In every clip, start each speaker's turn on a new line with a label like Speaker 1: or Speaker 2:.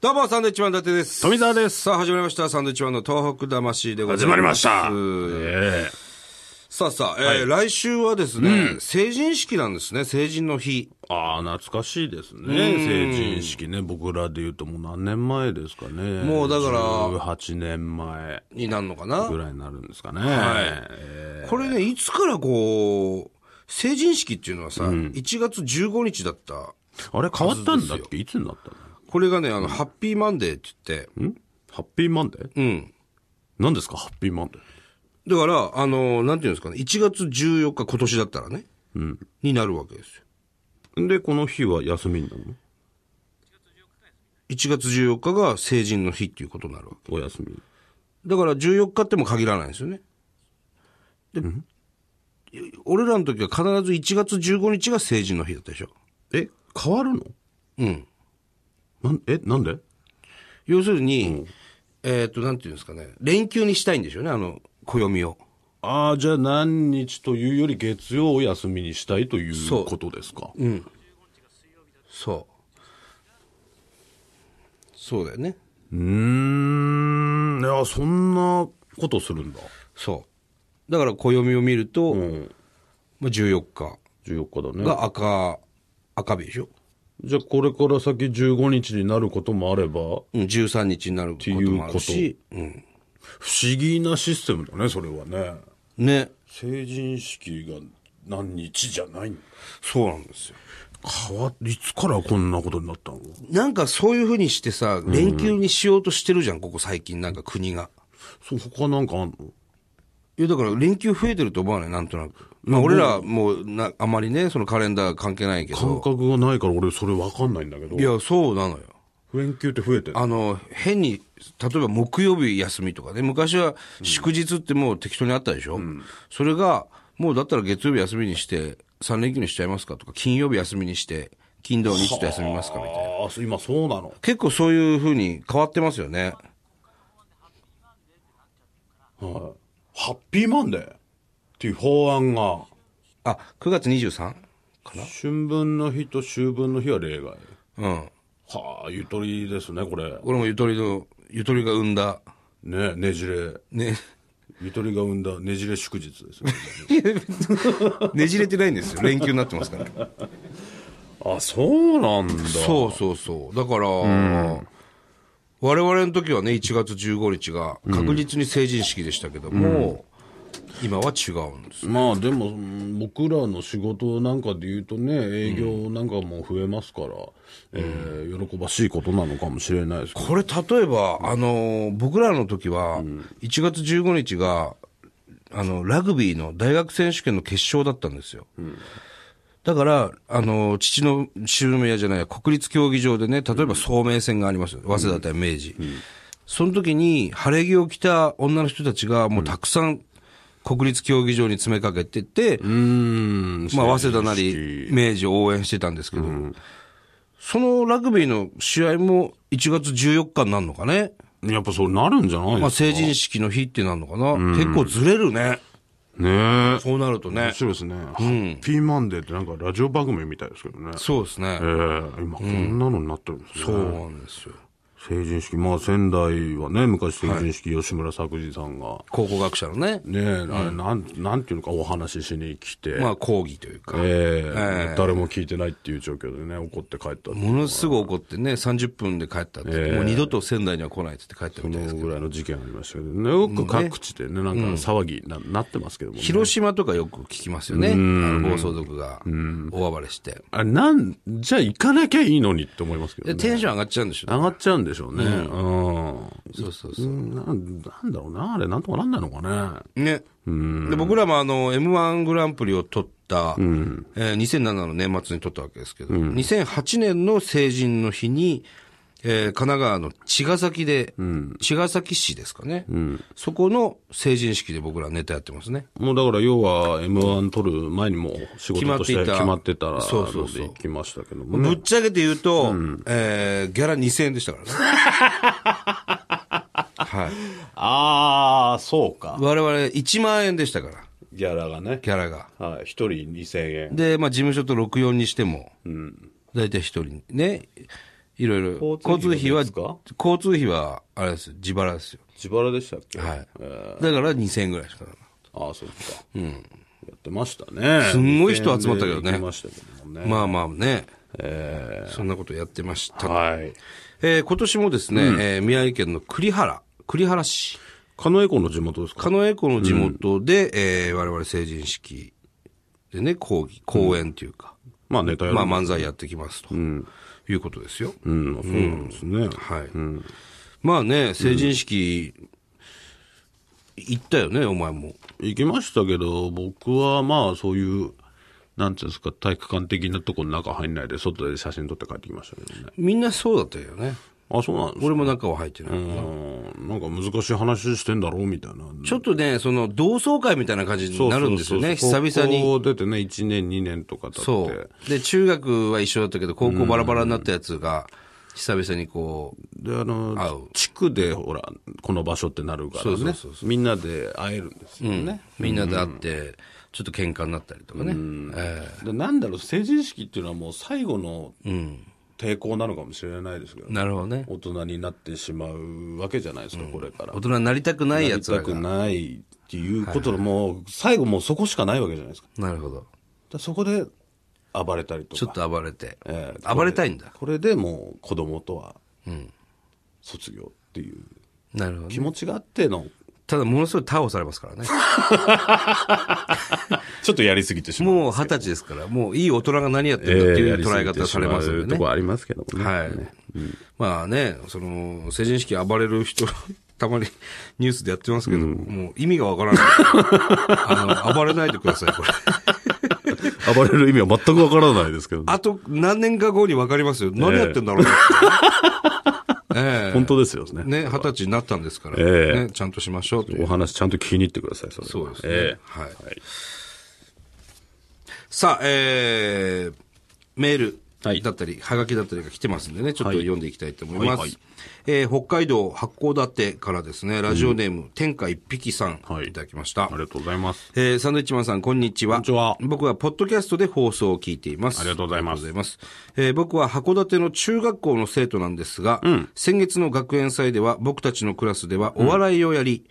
Speaker 1: どうも、サンドイッチマン伊達です。
Speaker 2: 富澤です
Speaker 1: さあ、始まりました。サンドイッチマンの東北魂でござ
Speaker 2: 始
Speaker 1: います。
Speaker 2: まりました。
Speaker 1: えー
Speaker 2: え
Speaker 1: さあさあ、えー来週はですね、成人式なんですね、成人の日。
Speaker 2: えああ、懐かしいですね。成人式ね。僕らで言うともう何年前ですかね。
Speaker 1: もうだから
Speaker 2: 18年前
Speaker 1: になるのかな
Speaker 2: ぐ。らいになるんですかね。え
Speaker 1: これね、いつからこう、成人式っていうのはさ、1月15日だった。
Speaker 2: えあれ変わったんだっけいつになったの
Speaker 1: これがね、あの、ハッピーマンデーって言って、
Speaker 2: んハッピーマンデー
Speaker 1: うん。
Speaker 2: 何ですかハッピーマンデー。
Speaker 1: だから、あのーなんていうんですかね、1月14日今年だったらね、になるわけですよ。
Speaker 2: で、この日は休みになるの
Speaker 1: 1月14日が成人の日っていうことになるわけ。
Speaker 2: お休み。
Speaker 1: だから14日っても限らないんですよね。で、俺らの時は必ず1月15日が成人の日だったでしょ。
Speaker 2: え、変わるの
Speaker 1: うん。
Speaker 2: なんえ、なんで
Speaker 1: 要するに、えっ、と、なんていうんですかね、連休にしたいんでしょうね、あの、暦を。
Speaker 2: ああ、じゃあ何日というより月曜を休みにしたいとい
Speaker 1: そう
Speaker 2: うことですか。
Speaker 1: うん。そう。そうだよね。
Speaker 2: うーん、いや、そんなことするんだ。
Speaker 1: そう。だから暦を見ると、
Speaker 2: うん。
Speaker 1: まあ、14日
Speaker 2: 14日だね。
Speaker 1: が赤、赤日でしょ
Speaker 2: じゃあ、これから先15日になることもあれば、不思
Speaker 1: うん、13日になることもあるし。うん。
Speaker 2: 議なシステムだね、それはね。
Speaker 1: ね。
Speaker 2: 成人式が何日じゃない
Speaker 1: そうなんですよ。
Speaker 2: 変わっいつからこんなことになったの
Speaker 1: なんかそういうふうにしてさ、連休にしようとしてるじゃん、ここ最近、なんか国が。
Speaker 2: そう、他なんかあんの
Speaker 1: いや、だから連休増えてると思わない、なんとなく。まあ、俺らもうな、あまりね、そのカレンダー関係ないけ
Speaker 2: 感
Speaker 1: ど。
Speaker 2: 覚がないから俺それわかんないんだけど
Speaker 1: い。や、そうなのよ。
Speaker 2: 連休って増えてる
Speaker 1: あの、変に、例えば木曜日休みとかね、昔は祝日ってもう適当にあったでしょ、それが、もうだったら月曜日休みにして、3連休にしちゃいますかとか、金曜日休みにして、金土日と休みますかみたいな。
Speaker 2: ああ、そう今そうなの。
Speaker 1: 結構そういうふうに変わってますよね。
Speaker 2: ハッピーマンデーっていう法案が、
Speaker 1: あ、9月 23?
Speaker 2: 春分の日と秋分の日は例外。
Speaker 1: うん。
Speaker 2: はあ、ゆとりですね、これ。
Speaker 1: 俺もゆとりの、ゆとりが生んだ、
Speaker 2: ね、ねじれ。
Speaker 1: ね、
Speaker 2: ゆとりが生んだねじれ祝日ですね。
Speaker 1: ねじれてないんですよ。連休になってますから。
Speaker 2: あ、そうなんだ。
Speaker 1: そうそうそう。だから、我々の時はね、1月15日が確実に成人式でしたけども、今は違うんです。
Speaker 2: まあでも、うん僕らの仕事なんかで言うとね、営業なんかも増えますから、えー喜ばしいことなのかもしれないですけど。
Speaker 1: これ例えば、あの、僕らの時は、1月15日が、あの、ラグビーの大学選手権の決勝だったんですよ。だから、あの、父の父宮じゃない、国立競技場でね、例えば聡明戦がありますよ。早稲田対明治。その時に、晴れ着を着た女の人たちが、もうたくさん国立競技場に詰めかけてて、
Speaker 2: うーん。
Speaker 1: まあ、早稲田なり、明治を応援してたんですけど、そのラグビーの試合も1月14日になるのかね。
Speaker 2: やっぱそうなるんじゃな
Speaker 1: ま
Speaker 2: い
Speaker 1: あ、
Speaker 2: ですか。
Speaker 1: 成人式の日ってなるのかな。結構ずれるね。
Speaker 2: ねえ。
Speaker 1: そうなるとね
Speaker 2: 面。白いですね。ハッピーマンデーってなんかラジオ番組みたいですけどね。
Speaker 1: そうですね
Speaker 2: ええ。今こんなのになってるんですね。
Speaker 1: そうなんですよ。
Speaker 2: 成人式、まあ仙台はね、昔成人式、吉村作治さんが、
Speaker 1: 考古学者のね、
Speaker 2: ねえ、あれなん、なんていうのかお話ししに来て、
Speaker 1: まあ、講義というか。
Speaker 2: ええ誰も聞いてないっていう状況でね、怒って帰ったってい
Speaker 1: も
Speaker 2: う
Speaker 1: のすごい怒ってね、30分で帰ったって、もう二度と仙台には来ないって言って帰ったみたいです。
Speaker 2: ぐらいの事件ありましたけどね、よく各地でね、なんか騒ぎにな,、なってますけどもね。
Speaker 1: 広島とかよく聞きますよね。あの暴走族が大暴れして。
Speaker 2: あれ、なん、じゃあ行かなきゃいいのにって思いますけど
Speaker 1: で
Speaker 2: ね。
Speaker 1: テンション上がっちゃうんでしょ
Speaker 2: 上がっちゃうんでしょうね。うん。
Speaker 1: そうそう
Speaker 2: う
Speaker 1: そ
Speaker 2: んなんなんだろうな、あれ、なんとかなんないのかね。
Speaker 1: う。ね。で、僕らもあの、M1 グランプリを取った、えー2007の年末に取ったわけですけど、2008年の成人の日に、えー神奈川の茅ヶ崎で、茅ヶ崎市ですかね。そこの成人式で僕らネタやってますね。
Speaker 2: もうだから要は M1 取る前にもう仕事として
Speaker 1: 決
Speaker 2: 決
Speaker 1: ま
Speaker 2: ま
Speaker 1: っ
Speaker 2: ってて
Speaker 1: いた
Speaker 2: たら、
Speaker 1: そうそうそう
Speaker 2: ので行きましたけどもね。
Speaker 1: ぶっちゃけて言うと、えーギャラ2000円でしたからね。 はい。
Speaker 2: ああ、そうか。
Speaker 1: 我々1万円でしたから、
Speaker 2: ギャラがね。
Speaker 1: ギャラが。
Speaker 2: はい。一人2000円。
Speaker 1: で、まあ事務所と64にしても、大体一人ね、いろいろ。
Speaker 2: 交通
Speaker 1: 交通
Speaker 2: 費
Speaker 1: 費
Speaker 2: の
Speaker 1: は、
Speaker 2: ですか
Speaker 1: 交通費は、あれですよ。自腹ですよ。
Speaker 2: 自腹でしたっけ
Speaker 1: はい。
Speaker 2: えー
Speaker 1: だから2000円ぐらいしかなかっ
Speaker 2: ああ、そっか。やってましたね。
Speaker 1: すんごい人集まったけどね
Speaker 2: 行きましたけども
Speaker 1: た
Speaker 2: ね。
Speaker 1: まあまあね。
Speaker 2: え
Speaker 1: そんなことやってました。
Speaker 2: ーはい。
Speaker 1: えー今年もですね、えー宮城県の栗原、栗原市、
Speaker 2: カノエコの地元ですか
Speaker 1: 狩野英孝の地元で、えー我々成人式でね、講義、講演というか、
Speaker 2: まあネタやる。
Speaker 1: まあ漫才やってきますと、いうことですよ。
Speaker 2: うん、そうなんですね。
Speaker 1: はい、まあね、成人式、行ったよね、お前も。
Speaker 2: 行きましたけど、僕はまあそういう、なんていうんですか、体育館的なとこの中入んないで、外で写真撮って帰ってきましたけどね。
Speaker 1: みんなそうだったよね。
Speaker 2: あ、そうなんですか
Speaker 1: 俺も中は入ってない。
Speaker 2: うんなんか難しい話してんだろうみたいな。
Speaker 1: ちょっとね、その同窓会みたいな感じに
Speaker 2: そうそうそう
Speaker 1: なるんですよね、久々に。
Speaker 2: 高校出てね、1年、2年とか経って。
Speaker 1: そう。で、中学は一緒だったけど、高校バラバラになったやつが、久々にこう、
Speaker 2: で、あ
Speaker 1: 会
Speaker 2: の
Speaker 1: う、
Speaker 2: 地区で、ほら、この場所ってなるからね。
Speaker 1: そうそうそう
Speaker 2: みんなで会えるんですよね。
Speaker 1: みんなで会って、ちょっと喧嘩になったりとかね。え
Speaker 2: でなんだろう、成人式っていうのはもう最後の抵抗なのかもしれないですけど、
Speaker 1: えなるほどね。
Speaker 2: 大人になってしまうわけじゃないですか、これから
Speaker 1: 大。人になりたくないやつ
Speaker 2: 痛
Speaker 1: ら
Speaker 2: く
Speaker 1: が。
Speaker 2: ないっていうことの、もう、最後もうそこしかないわけじゃないですか。
Speaker 1: なるほど。
Speaker 2: だからそこで暴れたりとか。
Speaker 1: ちょっと暴れて。
Speaker 2: ええ
Speaker 1: 暴れたいんだ。
Speaker 2: これでもう子供とは卒業っていう
Speaker 1: なるほどね、
Speaker 2: 気持ちがあっての、
Speaker 1: ただ、ものすごい逮捕されますからね。
Speaker 2: ちょっとやりすぎてしまう。
Speaker 1: もう二十歳ですから、もういい大人が何やってるんだっていう捉え方されますんで
Speaker 2: と
Speaker 1: ね。
Speaker 2: こありますけどもね。
Speaker 1: はい。まあね、その、成人式暴れる人、たまにニュースでやってますけど、もう意味がわからない。あの、暴れないでください、これ。
Speaker 2: 暴れる意味は全くわからないですけど、ね、
Speaker 1: あと何年か後にわかりますよ。何やってんだろうなって。ええ
Speaker 2: 本当ですよね。
Speaker 1: ね、二十歳になったんですから、
Speaker 2: ええ
Speaker 1: ね、ちゃんとしましょうという
Speaker 2: お話ちゃんと聞きに行ってください、それは
Speaker 1: そうですね。
Speaker 2: ええ
Speaker 1: はい。
Speaker 2: はい
Speaker 1: さあ、えー、メー
Speaker 2: はい
Speaker 1: ルだったり、はがきだったりが来てますんでね、ちょっと読んでいきたいと思います。
Speaker 2: はいはい
Speaker 1: えー北海道八甲立てからですね、ラジオネーム、天下一匹さん、
Speaker 2: はい
Speaker 1: い、ただきました。
Speaker 2: ありがとうございます。
Speaker 1: えーサンドイッチマンさん、こんにちは。
Speaker 2: こんにちは
Speaker 1: 僕は、ポッドキャストで放送を聞いています。
Speaker 2: ありがとうございま
Speaker 1: あり
Speaker 2: す
Speaker 1: がとうございます。えー僕は函館の中学校の生徒なんですが、先月の学園祭では、僕たちのクラスではお笑いをやり、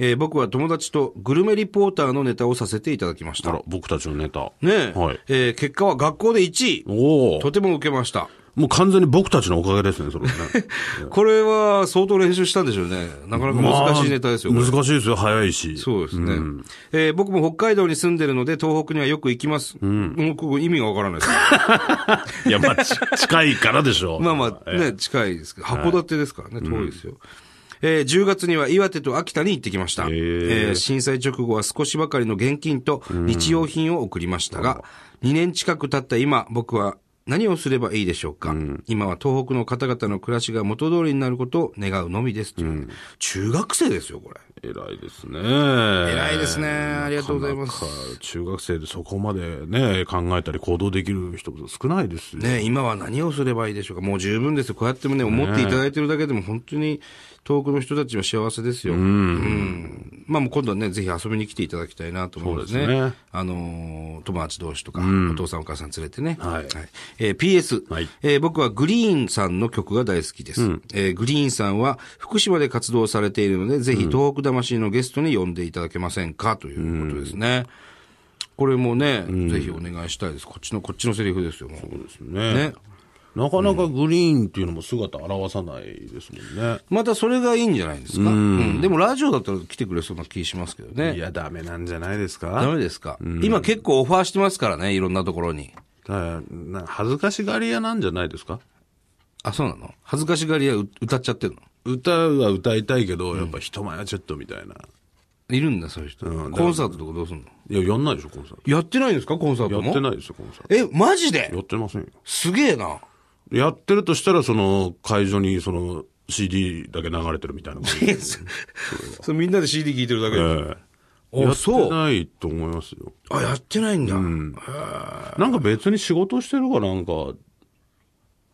Speaker 1: えー僕は友達とグルメリポーターのネタをさせていただきまし
Speaker 2: あ
Speaker 1: た。
Speaker 2: ら、僕たちのネタ。
Speaker 1: ねえ、
Speaker 2: はい。
Speaker 1: えー結果は学校で1位。
Speaker 2: おお
Speaker 1: と。ても受けました。
Speaker 2: もう完全に僕たちのおかげですね、それ はね。
Speaker 1: これは相当練習したんでしょうね。なかなか難しいネタですよ。
Speaker 2: ま
Speaker 1: こ
Speaker 2: あ
Speaker 1: れ
Speaker 2: 難しいですよ、早いし。
Speaker 1: そうですね、えー僕も北海道に住んでるので、東北にはよく行きます。もうここ意味がわからないです。
Speaker 2: いや、まあ、ち近いからでしょう。
Speaker 1: まあまあね、近いですけど、函館ですからね、遠いですよ。えー10月には岩手と秋田に行ってきました。えー震災直後は少しばかりの現金と日用品を送りましたが、2年近く経った今、僕は何をすればいいでしょうか、今は東北の方々の暮らしが元通りになることを願うのみですという、中学生ですよ、これ。
Speaker 2: 偉いですね。
Speaker 1: 偉
Speaker 2: 偉
Speaker 1: いですね。ありがとうございま
Speaker 2: な
Speaker 1: す。
Speaker 2: んか中学生でそこまでね、考えたり行動できる人少ないですよ。
Speaker 1: ね、今は何をすればいいでしょうか。もう十分ですよ。こうやってもね、思っていただいてるだけでも本当に遠くの人たちは幸せですよ。うん。まあもう今度はね、ぜひ遊びに来ていただきたいなと思うんですね。
Speaker 2: そうですね
Speaker 1: あのー友達同士とか、お父さんお母さん連れてね。
Speaker 2: はい
Speaker 1: えー PS、
Speaker 2: はい
Speaker 1: えー僕はグリーンさんの曲が大好きです、えーグリーンさんは福島で活動されているので、ぜひ東北魂のゲストに呼んでいただけませんかということですね。これもね、ぜひお願いしたいです。こっちの、こっちのセリフですよ、もう
Speaker 2: そうですね。
Speaker 1: ね
Speaker 2: なかなかグリーンっていうのも姿表さないですもんね。
Speaker 1: またそれがいいんじゃないですか。うんでもラジオだったら来てくれそうな気しますけど
Speaker 2: い
Speaker 1: ね。
Speaker 2: や、ダメなんじゃないです
Speaker 1: ダ
Speaker 2: か
Speaker 1: メですか、今結構オファーしてますからね、いろんなところに。
Speaker 2: だからな恥ずかしがり屋なんじゃないですか
Speaker 1: あ、そうなの恥ずかしがりやう歌っちゃってるの
Speaker 2: 歌は歌いたいけど、やっぱ人前はちょっとみたいな。
Speaker 1: いるんだ、そういう人。コンサートとかどうすんの
Speaker 2: いや、やんないでしょ、コンサー
Speaker 1: やってないんですかコンサート
Speaker 2: ト。
Speaker 1: も
Speaker 2: やってないですよ、コンサー
Speaker 1: え、マジで
Speaker 2: ト。やってませんよ。
Speaker 1: すげえな。
Speaker 2: やってるとしたら、その、会場に、その、CD だけ流れてるみたいな感じ。
Speaker 1: そうみんなで CD 聴いてるだけで。
Speaker 2: ええ
Speaker 1: あ、
Speaker 2: やっ
Speaker 1: そ
Speaker 2: て
Speaker 1: う。
Speaker 2: ないと思いますよ。
Speaker 1: あ、やってないんだ。
Speaker 2: なんか別に仕事してるかなんか、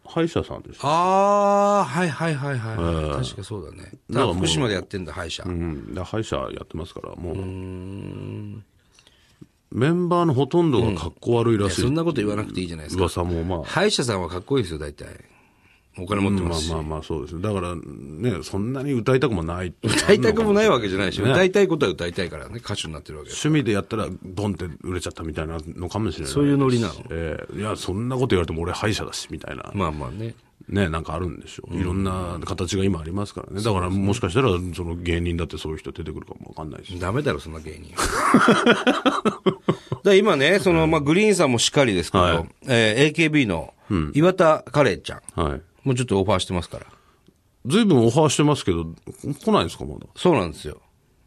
Speaker 2: 歯医者さんでしょ。
Speaker 1: ああ、はいはいはいはい。確かそうだね。だから福島でやってんだ、歯医者。
Speaker 2: うん。で歯医者やってますから、もう。メンバーのほとんどが格好悪いらしい。
Speaker 1: そんなこと言わなくていいじゃないですか。
Speaker 2: 噂もまあ。
Speaker 1: 歯医者さんはかっこいいですよ、大体。お金持ってますし。
Speaker 2: まあまあまあそうですね。だからね、そんなに歌いたくもない。
Speaker 1: 歌いたくもないわけじゃないし、
Speaker 2: ね
Speaker 1: 歌いたいことは歌いたいからね、歌手になってるわけです。
Speaker 2: 趣味でやったらドンって売れちゃったみたいなのかもしれない。
Speaker 1: そういうノリなの
Speaker 2: ええいや、そんなこと言われても俺歯医者だし、みたいな。
Speaker 1: まあまあね。
Speaker 2: ね、なんかあるんでしょう。いろんな形が今ありますからね。だからもしかしたら、その芸人だってそういう人出てくるかもわかんないし。
Speaker 1: ダメ だろ、そんな芸人。だから今ね、その、まあ、グリーンさんもしっかりですけど、
Speaker 2: はい
Speaker 1: えー AKB の岩田カレーちゃん、
Speaker 2: はい。
Speaker 1: もうちょっとオファーしてますから。
Speaker 2: 随分オファーしてますけど、来ないですか、まだ。
Speaker 1: そうなんですよ。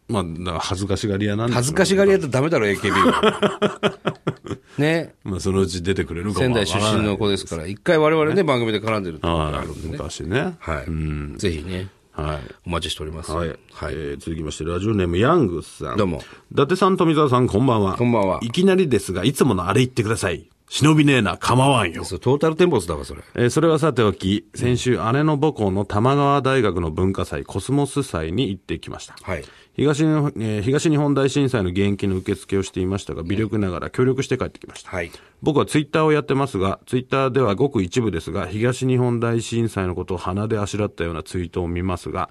Speaker 2: まあ、だから恥ずかしがり屋なんです
Speaker 1: 恥ずかしがり屋とダメだろ、AKB は。 ね。
Speaker 2: まあ、そのうち出てくれるかも
Speaker 1: 仙
Speaker 2: わ
Speaker 1: 台
Speaker 2: か
Speaker 1: 出
Speaker 2: らない
Speaker 1: 身の子ですから、一回我々ね、番組で絡んでるってことが
Speaker 2: は
Speaker 1: あるんで
Speaker 2: い。
Speaker 1: ね。
Speaker 2: 昔ね。
Speaker 1: はい。
Speaker 2: うん。
Speaker 1: ぜひね、
Speaker 2: はい。
Speaker 1: お待ちしております。
Speaker 2: はい。
Speaker 1: はい
Speaker 2: え。ー続きまして、ラジオネーム、ヤングスさん。
Speaker 1: どうも。
Speaker 2: 伊達さん、富澤さん、こんばんは。
Speaker 1: こんばんはい
Speaker 2: きなりですが、いつものあれ言ってください。忍びねえな、構わんよ。
Speaker 1: そうトータルテンボスだわ、それ。
Speaker 2: えーそれはさておき、先週、姉の母校の玉川大学の文化祭、コスモス祭に行ってきました。
Speaker 1: はい。
Speaker 2: 東日本えー東日本大震災の現金の受付をしていましたが、微力ながら協力して帰ってきました。
Speaker 1: はい。
Speaker 2: 僕はツイッターをやってますが、ツイッターではごく一部ですが、東日本大震災のことを鼻であしらったようなツイートを見ますが、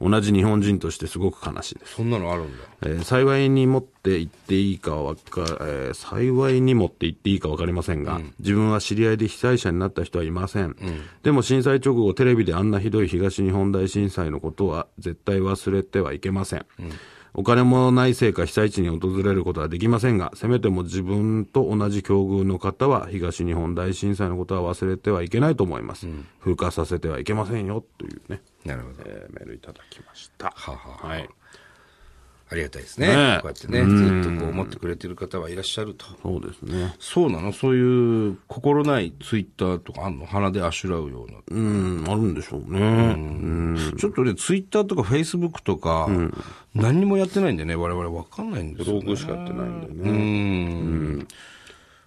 Speaker 2: 同じ日本人としてすごく悲しいです。
Speaker 1: そんなのあるんだ。
Speaker 2: えー幸いに持って行っていいかはわか、えー幸いに持って行っていいかわかりませんが、自分は知り合いで被災者になった人はいません,、でも震災直後テレビであんなひどい東日本大震災のことは絶対忘れてはいけません。お金もないせいか被災地に訪れることはできませんが、せめても自分と同じ境遇の方は東日本大震災のことは忘れてはいけないと思います。風化させてはいけませんよ、というね、
Speaker 1: なるほど。
Speaker 2: えーメールいただきました。
Speaker 1: はあはあ
Speaker 2: はい。
Speaker 1: ありがたいですね。
Speaker 2: ねえ
Speaker 1: こうやってね、ずっとこう思ってくれてる方はいらっしゃると。
Speaker 2: そうですね。
Speaker 1: そうなのそういう心ないツイッターとかあんの鼻であしらうような。
Speaker 2: うん、あるんでしょうね。うん。
Speaker 1: ちょっとね、ツイッターとかフェイスブックとか、何にもやってないんでね、我々わかんないんですよ、ね。
Speaker 2: 僕しかやってないんで
Speaker 1: う
Speaker 2: ね。
Speaker 1: ん。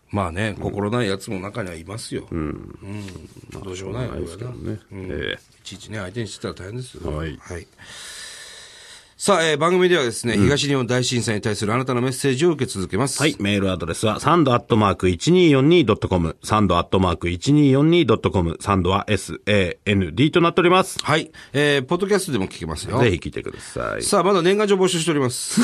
Speaker 1: まあね、心ないやつも中にはいますよ。うん。どうしようもないよ、これはな
Speaker 2: ね。え
Speaker 1: いちいちね、相手にしてたら大変ですよ。
Speaker 2: はい
Speaker 1: さあ、えー番組ではですね、東日本大震災に対するあなたのメッセージを受け続けます。
Speaker 2: はい。メールアドレスは、サンドアットマーク 1242.com、サンドアットマーク 1242.com、サンドは SAND となっております。
Speaker 1: はい。えーポッドキャストでも聞けますよ。
Speaker 2: ぜひ聞いてください。
Speaker 1: さあ、まだ年賀状募集しており ます。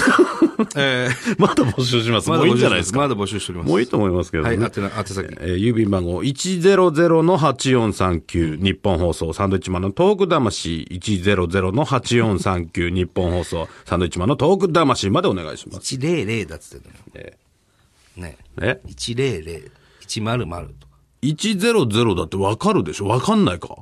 Speaker 1: えー
Speaker 2: まだ募集します。
Speaker 1: ま
Speaker 2: も
Speaker 1: だ
Speaker 2: うい
Speaker 1: 募
Speaker 2: いん
Speaker 1: 集し
Speaker 2: じ
Speaker 1: て
Speaker 2: ゃない
Speaker 1: ま
Speaker 2: ですすか。
Speaker 1: まだ募集しております。
Speaker 2: もういいと思いますけど
Speaker 1: は
Speaker 2: ね。
Speaker 1: い、宛名宛先。
Speaker 2: えー郵便番号100-8439日本放送サンドイッチマンのトーク魂100-8439日本放送サンドイッチマンのトーク魂までお願いします。
Speaker 1: 100だっつってんのよ。
Speaker 2: え
Speaker 1: ね。
Speaker 2: え
Speaker 1: 100、100とか。
Speaker 2: 100だってわかるでしょわかんないか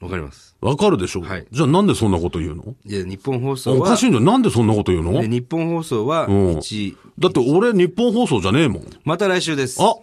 Speaker 1: わかります。
Speaker 2: わかるでしょ、
Speaker 1: はい
Speaker 2: じゃあなんでそんなこと言うの
Speaker 1: いや、日本放送
Speaker 2: お
Speaker 1: は、
Speaker 2: かしいんだよ。なんでそんなこと言うの
Speaker 1: で日本放送は
Speaker 2: うん
Speaker 1: 1、
Speaker 2: だって俺日本放送じゃねえもん。
Speaker 1: また来週です。
Speaker 2: あ